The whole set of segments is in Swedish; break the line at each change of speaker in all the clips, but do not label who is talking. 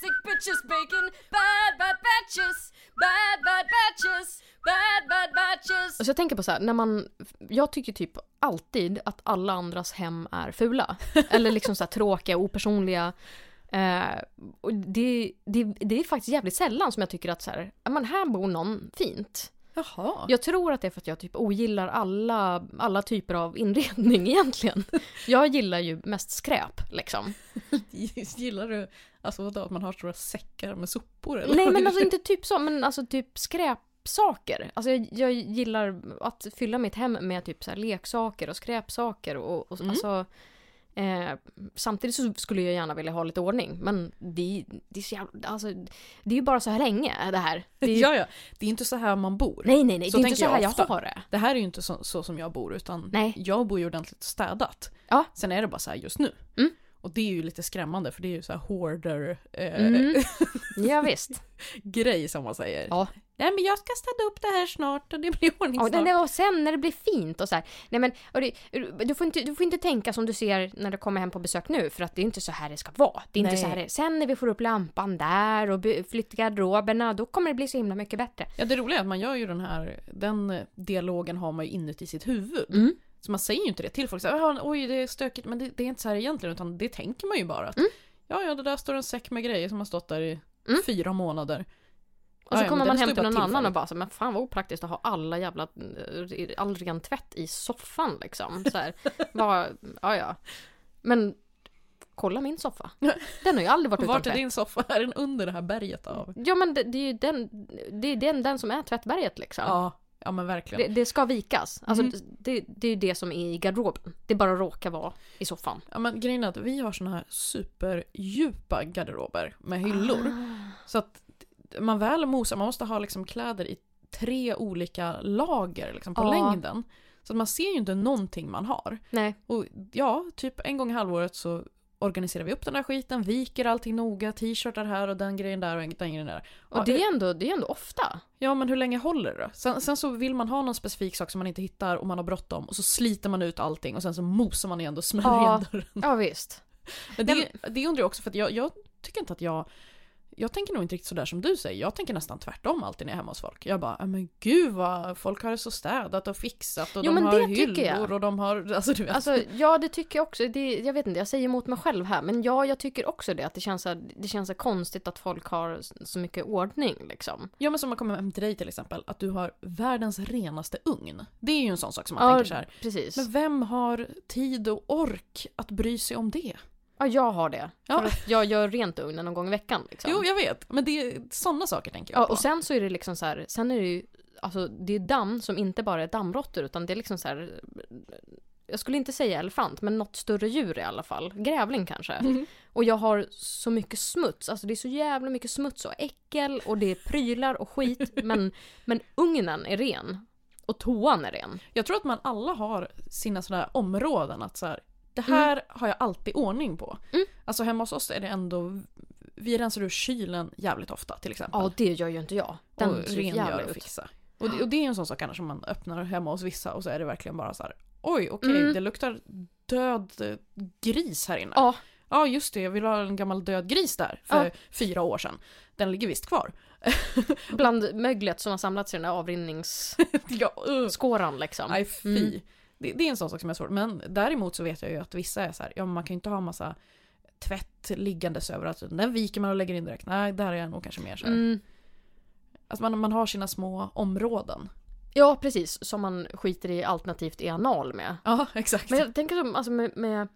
sandwiches, bacon, bad bad batches, bad bad batches, bad bad batches.
Alltså jag tänker på så här, när man, jag tycker typ alltid att alla andras hem är fula. Eller liksom så här tråkiga, opersonliga. Eh, och det, det, det är faktiskt jävligt sällan som jag tycker att så här, ja, men här bor någon fint.
Jaha.
Jag tror att det är för att jag typ ogillar alla, alla typer av inredning egentligen. Jag gillar ju mest skräp liksom.
Gillar du alltså, vadå, att man har stora säckar med sopor? Eller?
Nej men alltså inte typ så, men alltså typ skräpsaker. Alltså jag, jag gillar att fylla mitt hem med typ så här leksaker och skräpsaker och, och
Mm.
alltså Eh, samtidigt så skulle jag gärna vilja ha lite ordning men det, det är så jävla, alltså, det är ju bara så här länge det här. Det är ju,
ja, ja. det är inte så här man bor.
nej nej nej,
Så
det är inte
tänker
så här
jag
jag,
ofta.
har det.
Det här är ju inte så, så som jag bor utan
Nej.
jag bor ju ordentligt städat.
Ja.
Sen är det bara så här just nu.
Mm.
Och det är ju lite skrämmande för det är ju så här hoarder eh,
Mm. Ja, visst.
grej som man säger.
Ja.
Nej men jag ska städa upp det här snart och det blir ordning
Ja,
snart.
nej, nej, och sen när det blir fint och så här. Nej men, och det, du, får inte, du får inte tänka som du ser när du kommer hem på besök nu för att det är inte så här det ska vara. Det är inte
Nej.
så här det, sen när vi får upp lampan där och by- flyttar garderoberna, då kommer det bli så himla mycket bättre.
Ja det roliga är att man gör ju den här, den dialogen har man ju inuti sitt huvud.
Mm.
Så man säger ju inte det till folk. Så här, "Ah, Oj det är stökigt men det, det är inte så här egentligen utan det tänker man ju bara. Att, Ja ja det där står en säck med grejer som har stått där i
Mm.
fyra månader.
Och så
Ja, ja,
kommer
men
man
det står
hem
ju
till någon
bara
annan och
tillfälligt.
bara så, här, men fan vad opraktiskt att ha alla jävla, eh, all ren tvätt i soffan liksom. Så här, bara, ja ja. Men kolla min soffa. Den har ju aldrig varit utan
Vart är
tvätt.
din soffa? Är den under det här berget av?
Ja men det, det är ju den, det är den, den som är tvättberget liksom.
Ja, ja men verkligen.
Det, det ska vikas. Alltså,
Mhm.
det, det är ju det som är i garderoben. Det bara råkar vara i soffan.
Ja, men grejen är att vi har såna här superdjupa garderober med hyllor.
Ah.
Så att man väl mosar, man måste ha liksom kläder i tre olika lager liksom på
Ja.
längden. Så att man ser ju inte någonting man har.
Nej.
Och ja, typ en gång i halvåret så organiserar vi upp den här skiten, viker allting noga, t-shirtar här och den grejen där och den grejen där.
Och
Ja, eh,
det, är ändå, det är ändå ofta.
Ja men hur länge håller det då? Sen, sen så vill man ha någon specifik sak som man inte hittar och man har bråttom och så sliter man ut allting och sen så mosar man igen och smäller
Ja.
igen dörren.
Ja visst.
Men
Nej,
det, det undrar jag också för att jag, jag tycker inte att jag jag tänker nog inte riktigt sådär som du säger. Jag tänker nästan tvärtom alltid när jag är hemma hos folk. Jag bara, "Ja, men gud vad folk har det så städat och fixat och
Jo,
de
men
har
det tycker jag.
hyllor och de har... Alltså du vet.
Alltså, ja det tycker jag också. Det, jag vet inte, jag säger emot mig själv här. Men ja, jag tycker också det. Att det känns, så här- det känns så konstigt att folk har så mycket ordning liksom.
Ja men som man kommer hem till dig till exempel, att du har världens renaste ugn. Det är ju en sån sak som man
Ja,
tänker så här.
precis.
Men vem har tid och ork att bry sig om det?
Ja, jag har det.
Ja.
För att jag gör rent ugnen någon gång i veckan liksom.
Jo jag vet, men det är sådana saker tänker jag
Ja,
på.
och sen så är det liksom så här, sen är det ju, alltså det är damm som inte bara är dammråttor utan det är liksom så här, jag skulle inte säga elefant, men något större djur i alla fall. Grävling kanske.
Mhm.
Och jag har så mycket smuts, alltså det är så jävla mycket smuts och äckel och det är prylar och skit, men, men ugnen är ren. Och toan är ren.
Jag tror att man alla har sina sådana här områden att så här, det här har jag alltid ordning på.
Mm.
Alltså hemma hos oss är det ändå, vi rensar ur kylen jävligt ofta till exempel.
Ja, det gör ju inte jag. Den
och
ser
rengör
jävla
och
ut.
fixa. Och det, och det är ju en sån sak annars som man öppnar hemma hos vissa och så är det verkligen bara så här, oj okej
Mm.
det luktar död eh, gris här inne.
Ja.
Ja, just det, jag vill ha en gammal död gris där för
Ja.
fyra år sedan. Den ligger visst kvar.
Bland möglet som har samlats i den där avrinningsskåran
ja, uh.
liksom.
Nej fy.
Mm.
Det, det är en sån sak som är svår. Men däremot så vet jag ju att vissa är så här, ja men man kan ju inte ha massa tvätt liggandes överallt. utan Den viker man och lägger in direkt. Nej, där är jag nog kanske mer så här.
Mm.
Alltså man, man har sina små områden.
Ja, precis. Som man skiter i alternativt i anal med.
Ja, exakt.
Men jag tänker som, alltså med, med,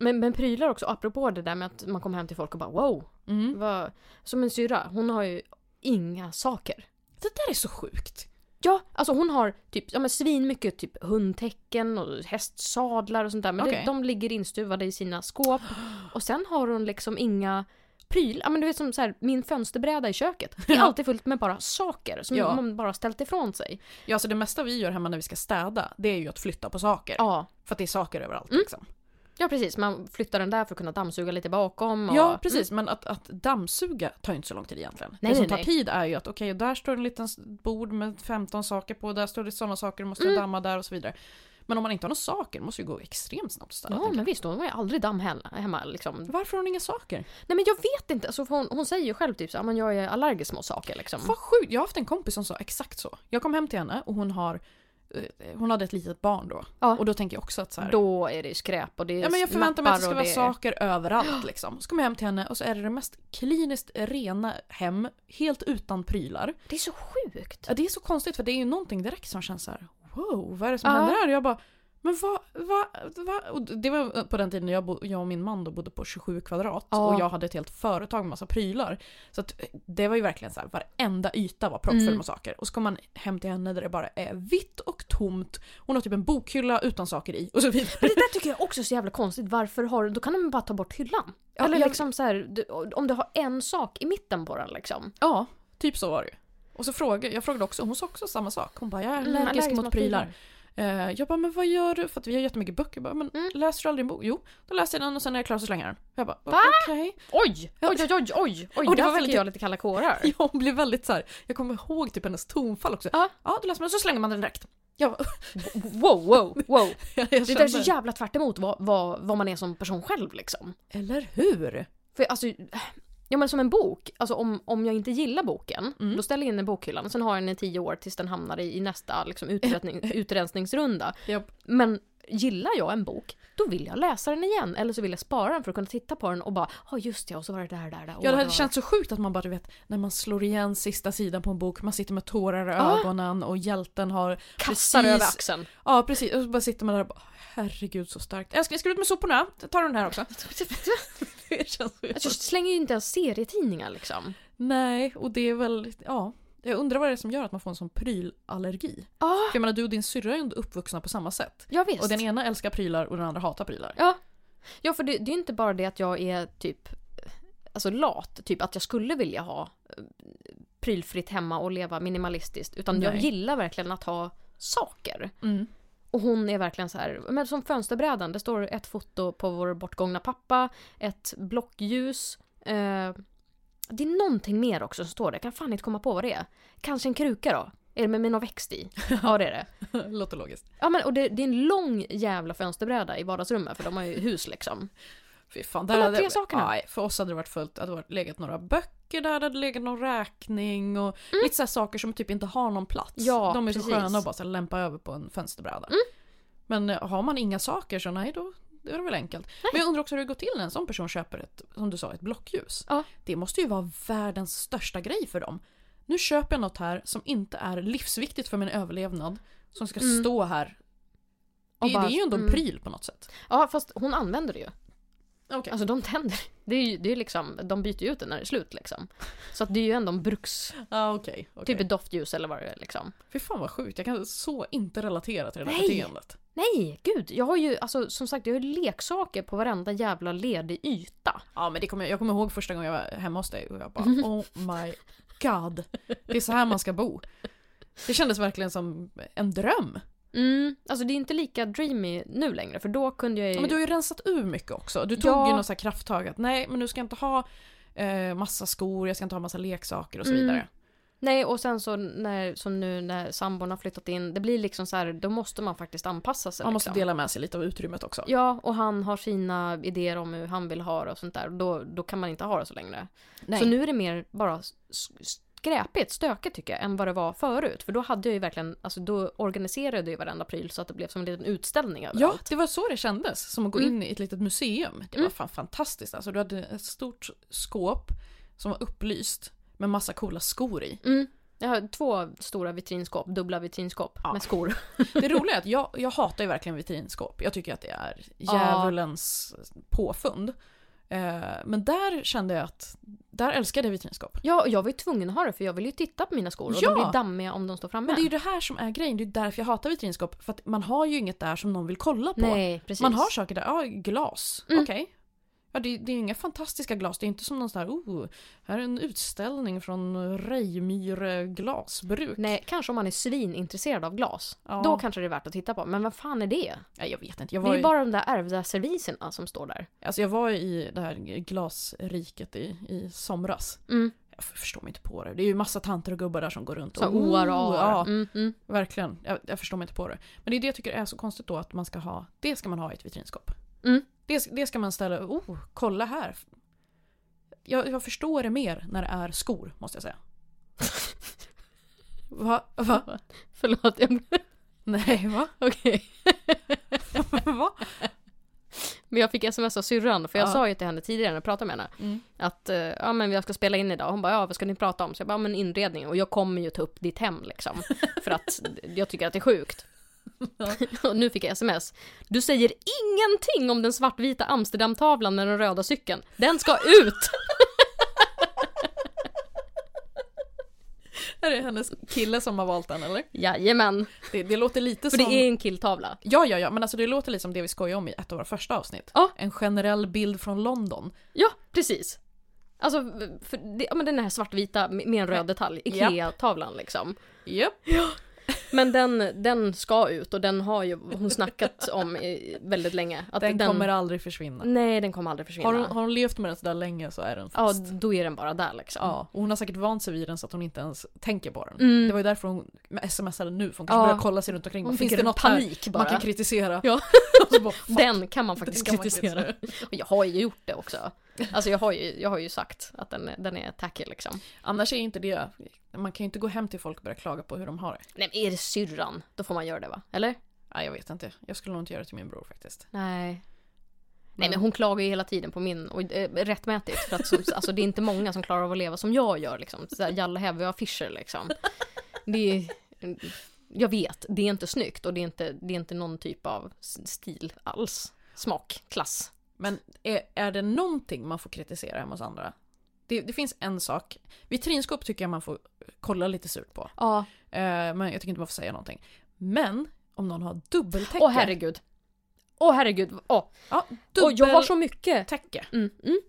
med, med prylar också, apropå det där med att man kommer hem till folk och bara wow.
Mm.
Vad, som en syra, hon har ju inga saker.
Det där är så sjukt.
Ja, alltså hon har typ, ja men svin mycket typ hundtecken och hästsadlar och sånt där. Men
Okej.
det, de ligger instuvade i sina skåp. Och sen har hon liksom inga prylar. Ja men du vet som så här, min fönsterbräda i köket. Det är alltid fullt med bara saker som
Ja.
man bara ställt ifrån sig.
Ja, så det mesta vi gör hemma när vi ska städa, det är ju att flytta på saker.
Ja, Mm.
För att det är saker överallt liksom.
Ja precis, man flyttar den där för att kunna dammsuga lite bakom. Och...
Ja, precis. Men att, att dammsuga tar ju inte så lång tid egentligen.
Mm. Nej,
det som
nej,
tar
nej.
tid är ju att okej,
Mm.
där står en liten s- bord med 15 saker på, där står det sådana saker, du måste damma där och så vidare. Men om man inte har några saker måste det gå extremt snabbt att städa.
Mm. Ja
tänker
men
jag.
visst, hon var ju aldrig damm he- hemma liksom.
Varför har hon inga saker?
Nej men jag vet inte, alltså, för hon, hon säger ju själv typ så, här, "Men jag är allergisk mot saker liksom.
Vad sjukt, jag har haft en kompis som sa exakt så. Jag kom hem till henne och hon har eh, hon hade ett litet barn då.
Ja.
Och då tänker jag också att så här,
Då är det ju skräp och det är
ja, men jag förväntar mig att det ska
lappar
vara
och det-
saker överallt liksom. Så kommer jag hem till henne och så är det det mest kliniskt rena hem, helt utan prylar.
Det är så sjukt.
Ja, det är så konstigt för det är ju någonting direkt som känns så här: wow, vad är det som
Ja.
händer här? Och jag bara, men vad, vad, vad? Och det var på den tiden jag, bo, jag och min man då bodde på 27 kvadrat
Ja.
och jag hade ett helt företag med massa prylar. Så att, det var ju verkligen så här, varenda yta var proppfull
Mm.
med saker. Och så kom man hem till henne där det bara är vitt och tomt. Hon har typ en bokhylla utan saker i och så vidare.
Men det där tycker jag också är så jävla konstigt. Varför har du, då kan de bara ta bort hyllan.
Ja,
Eller
jag-
liksom så här, du, om du har en sak i mitten på den liksom.
Ja, typ så var det ju. Och så frågade jag frågade också, hon sa också samma sak. Hon bara, jag är
Mm,
allergisk
allergisk
mot,
mot
prylar.
prylar.
Eh, jag bara, men vad gör du? För att vi har jättemycket böcker. Jag bara, men
Mm.
läser du aldrig en bok? Jo, då läser jag den och sen när jag är klar så slänger jag den. Jag bara,
Va?
okej.
Oj! Oj, oj, oj, oj! oj
Och det
där
var
fick
väldigt-
jag lite kalla kårar.
Jag blev väldigt så här, jag kommer ihåg typ hennes tonfall också.
Ja.
Ja, då läser man och så slänger man den direkt. Jag, bara,
Wow, wow, wow.
jag
Det där är så
kände-
jävla tvärt emot vad, vad, vad man är som person själv liksom.
Eller hur?
För alltså, ja men som en bok. Alltså om, om jag inte gillar boken,
Mm.
då ställer jag in den i bokhyllan och sen har jag den i tio år tills den hamnar i, i nästa liksom, utredning, utrensningsrunda.
Japp.
Men gillar jag en bok, då vill jag läsa den igen. Eller så vill jag spara den för att kunna titta på den och bara, ja just ja, och så var det där, där, där. och
Ja, det hade
var-
känts så sjukt att man bara du vet när man slår igen sista sidan på en bok, man sitter med tårar i
Ja.
ögonen och hjälten har
Kastar
precis-
över axeln.
Ja precis, och så bara sitter man där och bara herregud så starkt. Älskling jag ska ut med soporna, tar du den här också? det känns så
Alltså, jag slänger ju inte ens serietidningar liksom.
Nej, och det är väl, ja. Jag undrar vad det är som gör att man får en sån prylallergi.
Ja,
För jag menar du och din syrra är ju ändå uppvuxna på samma sätt.
ja visst.
Och den ena älskar prylar och den andra hatar prylar.
Ja. Ja, för det, det är ju inte bara det att jag är typ alltså lat, typ att jag skulle vilja ha eh, prylfritt hemma och leva minimalistiskt. Utan jag
Nej.
gillar verkligen att ha saker.
Mm.
Och hon är verkligen så här, men som fönsterbrädan, det står ett foto på vår bortgångna pappa, ett blockljus. Eh, det är någonting mer också som står där, jag kan fan inte komma på vad det är. Kanske en kruka då? Är det med, med någon växt i? Ja det är det.
Låter logiskt.
Ja men och det, det är en lång jävla fönsterbräda i vardagsrummet för de har ju hus liksom.
Fy fan.
De här tre sakerna.
Nej, för oss hade det varit fullt. Det hade varit- legat några böcker där, det hade legat någon räkning och lite så här saker som typ inte har någon plats.
Mm. Ja,
De är så
precis. Mm.
sköna att bara så här lämpa över på en fönsterbräda. Men eh, har man inga saker så nej då då är det väl enkelt. Men jag undrar också hur det går till när en sån person köper ett, som du sa, ett blockljus.
Ja.
Det måste ju vara världens största grej för dem. Nu köper jag något här som inte är livsviktigt för min överlevnad. Som ska
Mm.
stå här.
Och
Det,
bara-
det är ju ändå en
mm.
pryl på något sätt.
Ja fast hon använder det ju.
Okej.
Alltså de tänder. Det är ju det är liksom, de byter ju ut det när det är slut liksom. Så att det är ju ändå en bruks,
Ah, okej, okej.
typ ett doftljus eller vad det är liksom.
Fy fan vad sjukt, jag kan så inte relatera till det där
Nej.
beteendet.
Nej, gud. Jag har ju, alltså som sagt, jag har ju leksaker på varenda jävla ledig yta.
Ja men det kommer jag, jag kommer ihåg första gången jag var hemma hos dig och jag bara oh my god. Det är så här man ska bo. Det kändes verkligen som en dröm.
Mm, alltså det är inte lika dreamy nu längre för då kunde jag ju...
Ja, men du har ju rensat ur mycket också. Du tog
Ja.
ju något så här krafttag att nej men nu ska jag inte ha eh, massa skor, jag ska inte ha massa leksaker och så
Mm.
vidare.
Nej, och sen så när, som nu när sambon har flyttat in, det blir liksom så här, då måste man faktiskt anpassa sig.
Man måste
liksom.
dela med sig lite av utrymmet också.
Ja, och han har sina idéer om hur han vill ha det och sånt där. Då, då kan man inte ha det så längre.
Nej.
Så nu är det mer bara s- s- skräpigt, stökigt tycker jag, än vad det var förut. För då hade jag ju verkligen, alltså då organiserade jag ju varenda pryl så att det blev som en liten utställning
Ja,
överallt.
det var så det kändes. Som att gå
Mm.
in i ett litet museum. Det var fan fantastiskt. Alltså, du hade ett stort skåp som var upplyst med massa coola skor i.
Mm. Jag har två stora vitrinskåp, dubbla vitrinskåp
Ja.
med skor.
Det roliga är att jag, jag hatar ju verkligen vitrinskåp. Jag tycker att det är djävulens påfund. Eh, Men där kände jag att, där älskade jag vitrinskåp.
Ja, och jag var ju tvungen att ha det för jag vill ju titta på mina skor och
Ja.
de blir dammiga om de står framme.
Men det är ju det här som är grejen, det är ju därför jag hatar vitrinskåp. För att man har ju inget där som någon vill kolla på.
Nej, precis.
Man har saker där, ja glas,
Mm.
okej. Ja, det, det är ju inga fantastiska glas, det är inte som någon sån här oh, här är en utställning från Rejmyre glasbruk.
Nej, kanske om man är svinintresserad av glas.
Ja.
Då kanske det är värt att titta på. Men vad fan är det?
Nej, jag vet inte, jag
Det är
var,
ju
ju,
bara de där ärvda serviserna som står där.
alltså, jag var ju i det här glasriket i, i somras.
Mm.
Jag förstår mig inte på det. Det är ju massa tanter och gubbar där som går runt
Så
och...
oar
Oh,
och
ja,
ar. Mm, mm.
Verkligen, jag, jag förstår mig inte på det. Men det är det jag tycker är så konstigt då att man ska ha, det ska man ha i ett vitrinskåp.
Mm.
Det, det ska man ställa, oh, kolla här. Jag, jag förstår det mer när det är skor, måste jag säga. va? Va?
Förlåt, jag...
Nej, va?
okej.
va?
Men jag fick sms av syrran, för jag
Ja.
sa ju till henne tidigare när jag pratade med henne
Mm.
att eh, ja men jag ska spela in idag. Hon bara ja vad ska ni prata om? Så jag bara ja, men inredning och jag kommer ju ta upp ditt hem liksom. För att jag tycker att det är sjukt. och nu fick jag sms. Du säger ingenting om den svartvita Amsterdamtavlan med den röda cykeln. Den ska ut!
Är det hennes kille som har valt den eller?
Jajamän.
Det, det låter lite
För det
som...
är en killtavla.
Ja, ja, ja, men alltså det låter lite som det vi skojade om i ett av våra första avsnitt.
Ja.
En generell bild från London.
Ja, precis. Alltså, för det, ja, men den här svartvita med med en röd detalj. Ikea-tavlan liksom.
Japp.
Men den, den ska ut och den har ju hon snackat om i- väldigt länge. Att Mm.
Den, kommer aldrig försvinna.
Nej, den kommer aldrig försvinna.
Har hon, har hon levt med den sådär länge så är den
Ja,
fast.
då är den bara där liksom.
Ja, och hon har säkert vant sig vid den så att hon inte ens tänker på den.
Mm.
Det var ju därför hon smsade nu, för hon kanske
Ja.
börjar kolla sig runt omkring.
Hon
Bara,
fick
finns det
en
något här
panik bara.
man kan kritisera?
Ja.
och så bara, fuck,
Den kan man
det
faktiskt
ska man
kritisera. Och jag har ju gjort det också. Alltså jag har ju, jag har ju sagt att den, är- den är tacky liksom.
Annars är inte det, man kan ju inte gå hem till folk och börja klaga på hur de har det.
Nej men är det syrran, då får man göra det va? Eller?
Nej, jag vet inte. Jag skulle nog inte göra det till min bror faktiskt.
Nej. Nej men hon klagar ju hela tiden på min, och eh, rättmätigt. För att så, alltså, det är inte många som klarar av att leva som jag gör liksom. Sådär Jalle Hävve affischer liksom. Det är, jag vet, det är inte snyggt och det är inte, det är inte någon typ av s- stil alls. Smak, klass.
Men är, är det någonting man får kritisera hemma hos andra? Det, det finns en sak. Vitrinskåp tycker jag man får kolla lite surt på.
Ja.
Eh, men jag tycker inte man får säga någonting. Men om någon har dubbeltäcke.
Åh herregud. Åh herregud. Åh,
Ja,
Åh, jag har
dubbeltäcke.
så mycket. Mm, mm.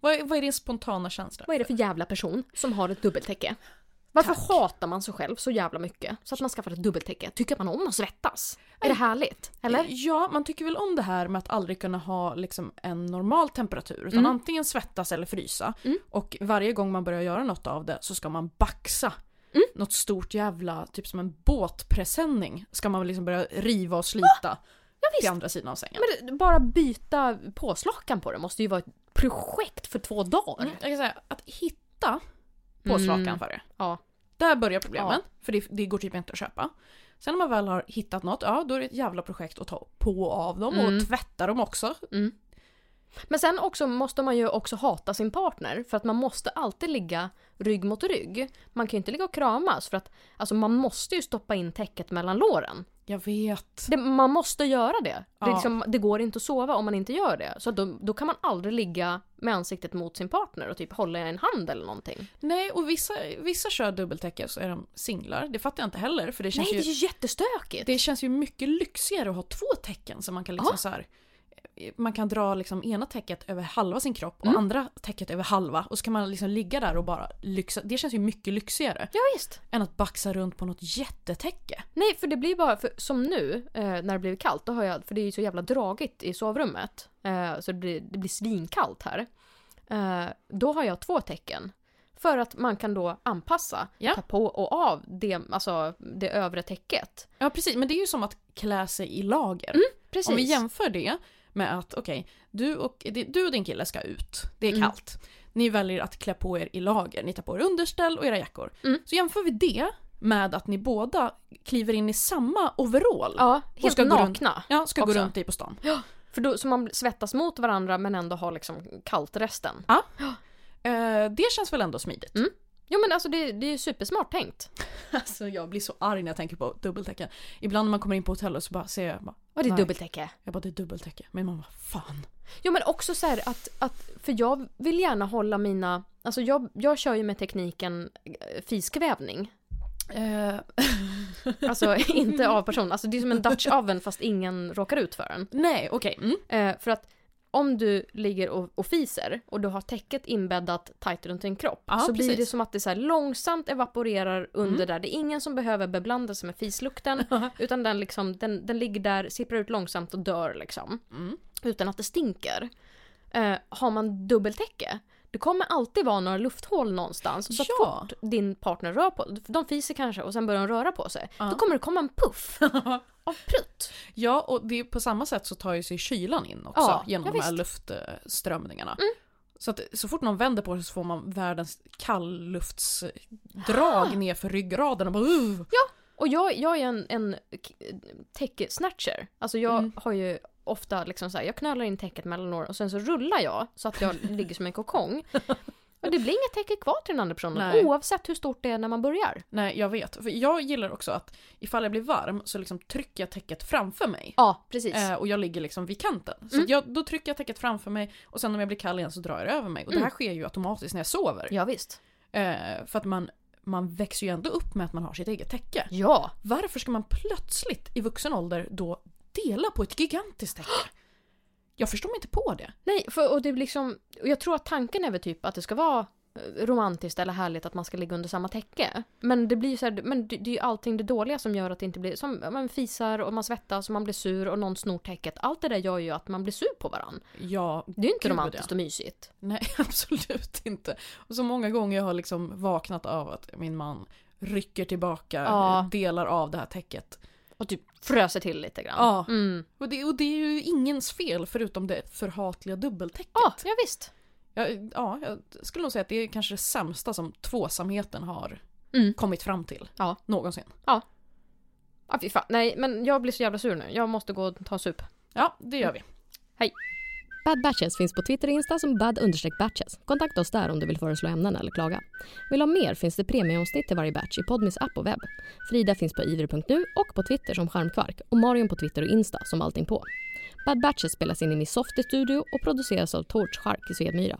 Vad, är- vad är din spontana känsla?
Vad är det för jävla person som har ett dubbeltäcke? Varför hatar man sig själv så jävla mycket så att man skaffar ett dubbeltäcke? Tycker man om att svettas? Är det härligt? Eller?
Ja, man tycker väl om det här med att aldrig kunna ha liksom, en normal temperatur. Utan
Mm.
antingen svettas eller frysa.
Mm.
Och varje gång man börjar göra något av det så ska man baxa.
Mm.
Något stort jävla, typ som en båtpresenning, ska man liksom börja riva och slita till andra sidan av sängen.
Men det- bara byta påslakan på det måste ju vara ett projekt för två dagar.
Mm, Jag kan säga att hitta påslakan
Mm.
för det.
Ja.
Där börjar problemen, för det, det går typ inte att köpa. Sen när man väl har hittat något, ja då är det ett jävla projekt att ta på och av dem
Mm.
och tvätta dem också.
Men sen också måste man ju också hata sin partner för att man måste alltid ligga rygg mot rygg. Man kan ju inte ligga och kramas för att alltså, man måste ju stoppa in täcket mellan låren.
Jag vet.
Det, man måste göra det. Det, är
Ja.
liksom, det går inte att sova om man inte gör det. Så då, då kan man aldrig ligga med ansiktet mot sin partner och typ hålla i en hand eller någonting.
Nej, och vissa, vissa kör dubbeltäcke så är de singlar. Det fattar jag inte heller för det
Nej,
känns,
det är
ju,
ju jättestökigt!
det känns ju mycket lyxigare att ha två tecken så man kan liksom
Ja.
så här, man kan dra liksom ena täcket över halva sin kropp och
Mm.
andra täcket över halva och så kan man liksom ligga där och bara lyxa. Det känns ju mycket lyxigare
Ja, visst.
än att baxa runt på något jättetäcke.
Nej, för det blir bara, för, som nu eh, när det blir kallt, då har jag, för det är ju så jävla dragigt i sovrummet, eh, så det blir, det blir svinkallt här. Eh, då har jag två tecken. För att man kan då anpassa,
Ja.
ta på och av det, alltså, det övre täcket.
Ja precis, men det är ju som att klä sig i lager.
Precis.
Om vi jämför det med att okej, du, och, du och din kille ska ut, det är
Mm.
kallt. Ni väljer att klä på er i lager, ni tar på er underställ och era jackor.
Mm.
Så jämför vi det med att ni båda kliver in i samma overall.
ja,
och
helt
ska gå runt-
nakna.
Ja, ska
Också.
gå runt i på stan.
För då, så man svettas mot varandra men ändå har liksom kallt resten.
Eh, det känns väl ändå smidigt?
Mm. Jo men alltså det, det är ju supersmart tänkt.
Alltså jag blir så arg när jag tänker på dubbeltäcken. Ibland när man kommer in på hotellet så bara ser jag, bara,
Och det är
Nej.
dubbeltäcke.
jag bara det är dubbeltäcke. Min mamma, fan.
Jo men också så här att, att för jag vill gärna hålla mina, alltså jag, jag kör ju med tekniken eh, fiskvävning.
Eh,
Alltså inte av person, alltså det är som en Dutch oven fast ingen råkar ut för den.
nej, okej. Mm.
Eh, för att om du ligger och, och fiser och du har täcket inbäddat tajt runt din kropp
Ja,
så blir det
precis. Mm.
som att det så här långsamt evaporerar under där. Det är ingen som behöver beblanda sig med fislukten utan den, liksom, den, den ligger där, sipprar ut långsamt och dör liksom.
Mm.
Utan att det stinker. Eh, har man dubbeltäcke Det kommer alltid vara några lufthål någonstans. Så
Ja.
att fort din partner rör på de fiser kanske och sen börjar de röra på sig.
Ja.
Då kommer det komma en puff av prutt.
Ja, och det, är på samma sätt så tar ju sig kylan in också
Ja,
genom
ja,
de här
visst. Mm.
luftströmningarna. Så att så fort någon vänder på sig så får man världens
Ah.
kallluftsdrag ner för ryggraden och bara uh.
Och jag, jag är en, en k- täckesnatcher. Alltså jag
Mm.
har ju ofta liksom så här, jag knölar in täcket mellan åren och sen så rullar jag så att jag ligger som en kokong. Och det blir inget täcke kvar till den andra personen
Nej.
oavsett hur stort det är när man börjar.
Nej, jag vet. För jag gillar också att ifall jag blir varm så liksom trycker jag täcket framför mig.
Ja, precis.
Eh, och jag ligger liksom vid kanten. Så
Mm.
att jag, då trycker jag täcket framför mig och sen om jag blir kall igen så drar jag det över mig. Och det här
Mm.
sker ju automatiskt när jag sover.
Ja, visst.
Eh, för att man, man växer ju ändå upp med att man har sitt eget täcke.
Ja.
Varför ska man plötsligt i vuxen ålder då dela på ett gigantiskt täcke? Jag förstår mig inte på det.
Nej, för, och det är liksom, och jag tror att tanken är väl typ att det ska vara eh, romantiskt eller härligt att man ska ligga under samma täcke. Men det blir ju så här, men det, det är ju allting det dåliga som gör att det inte blir, som man fisar och man svettas och man blir sur och någon snor täcket. Allt det där gör ju att man blir sur på varandra.
Ja,
Det är ju inte
Gud,
romantiskt
ja.
och mysigt.
nej absolut inte. Och så många gånger jag har liksom vaknat av att min man rycker tillbaka
Ja.
delar av det här täcket.
Och typ fröser till lite grann.
Ja.
Mm.
Och det, och det är ju ingens fel förutom det förhatliga dubbeltäcket.
Ja, ja visst.
Jag, ja, jag skulle nog säga att det är kanske det sämsta som tvåsamheten har
Mm.
kommit fram till.
Ja.
Någonsin.
Ja, fy fan. Nej, men jag blir så jävla sur nu. Jag måste gå och ta en sup.
Ja, det gör vi.
Bad Batches finns på Twitter och Insta som bad-batches. Kontakta oss där om du vill föreslå ämnen eller klaga. Vill du ha mer finns det premieomsnitt till varje batch i Podmis app och webb. Frida finns på iver.nu och på Twitter som Charmkvark och Marion på Twitter och Insta som allting på. Bad Batches spelas in i Miss Softy Studio och produceras av Torch Shark i Svedmyra.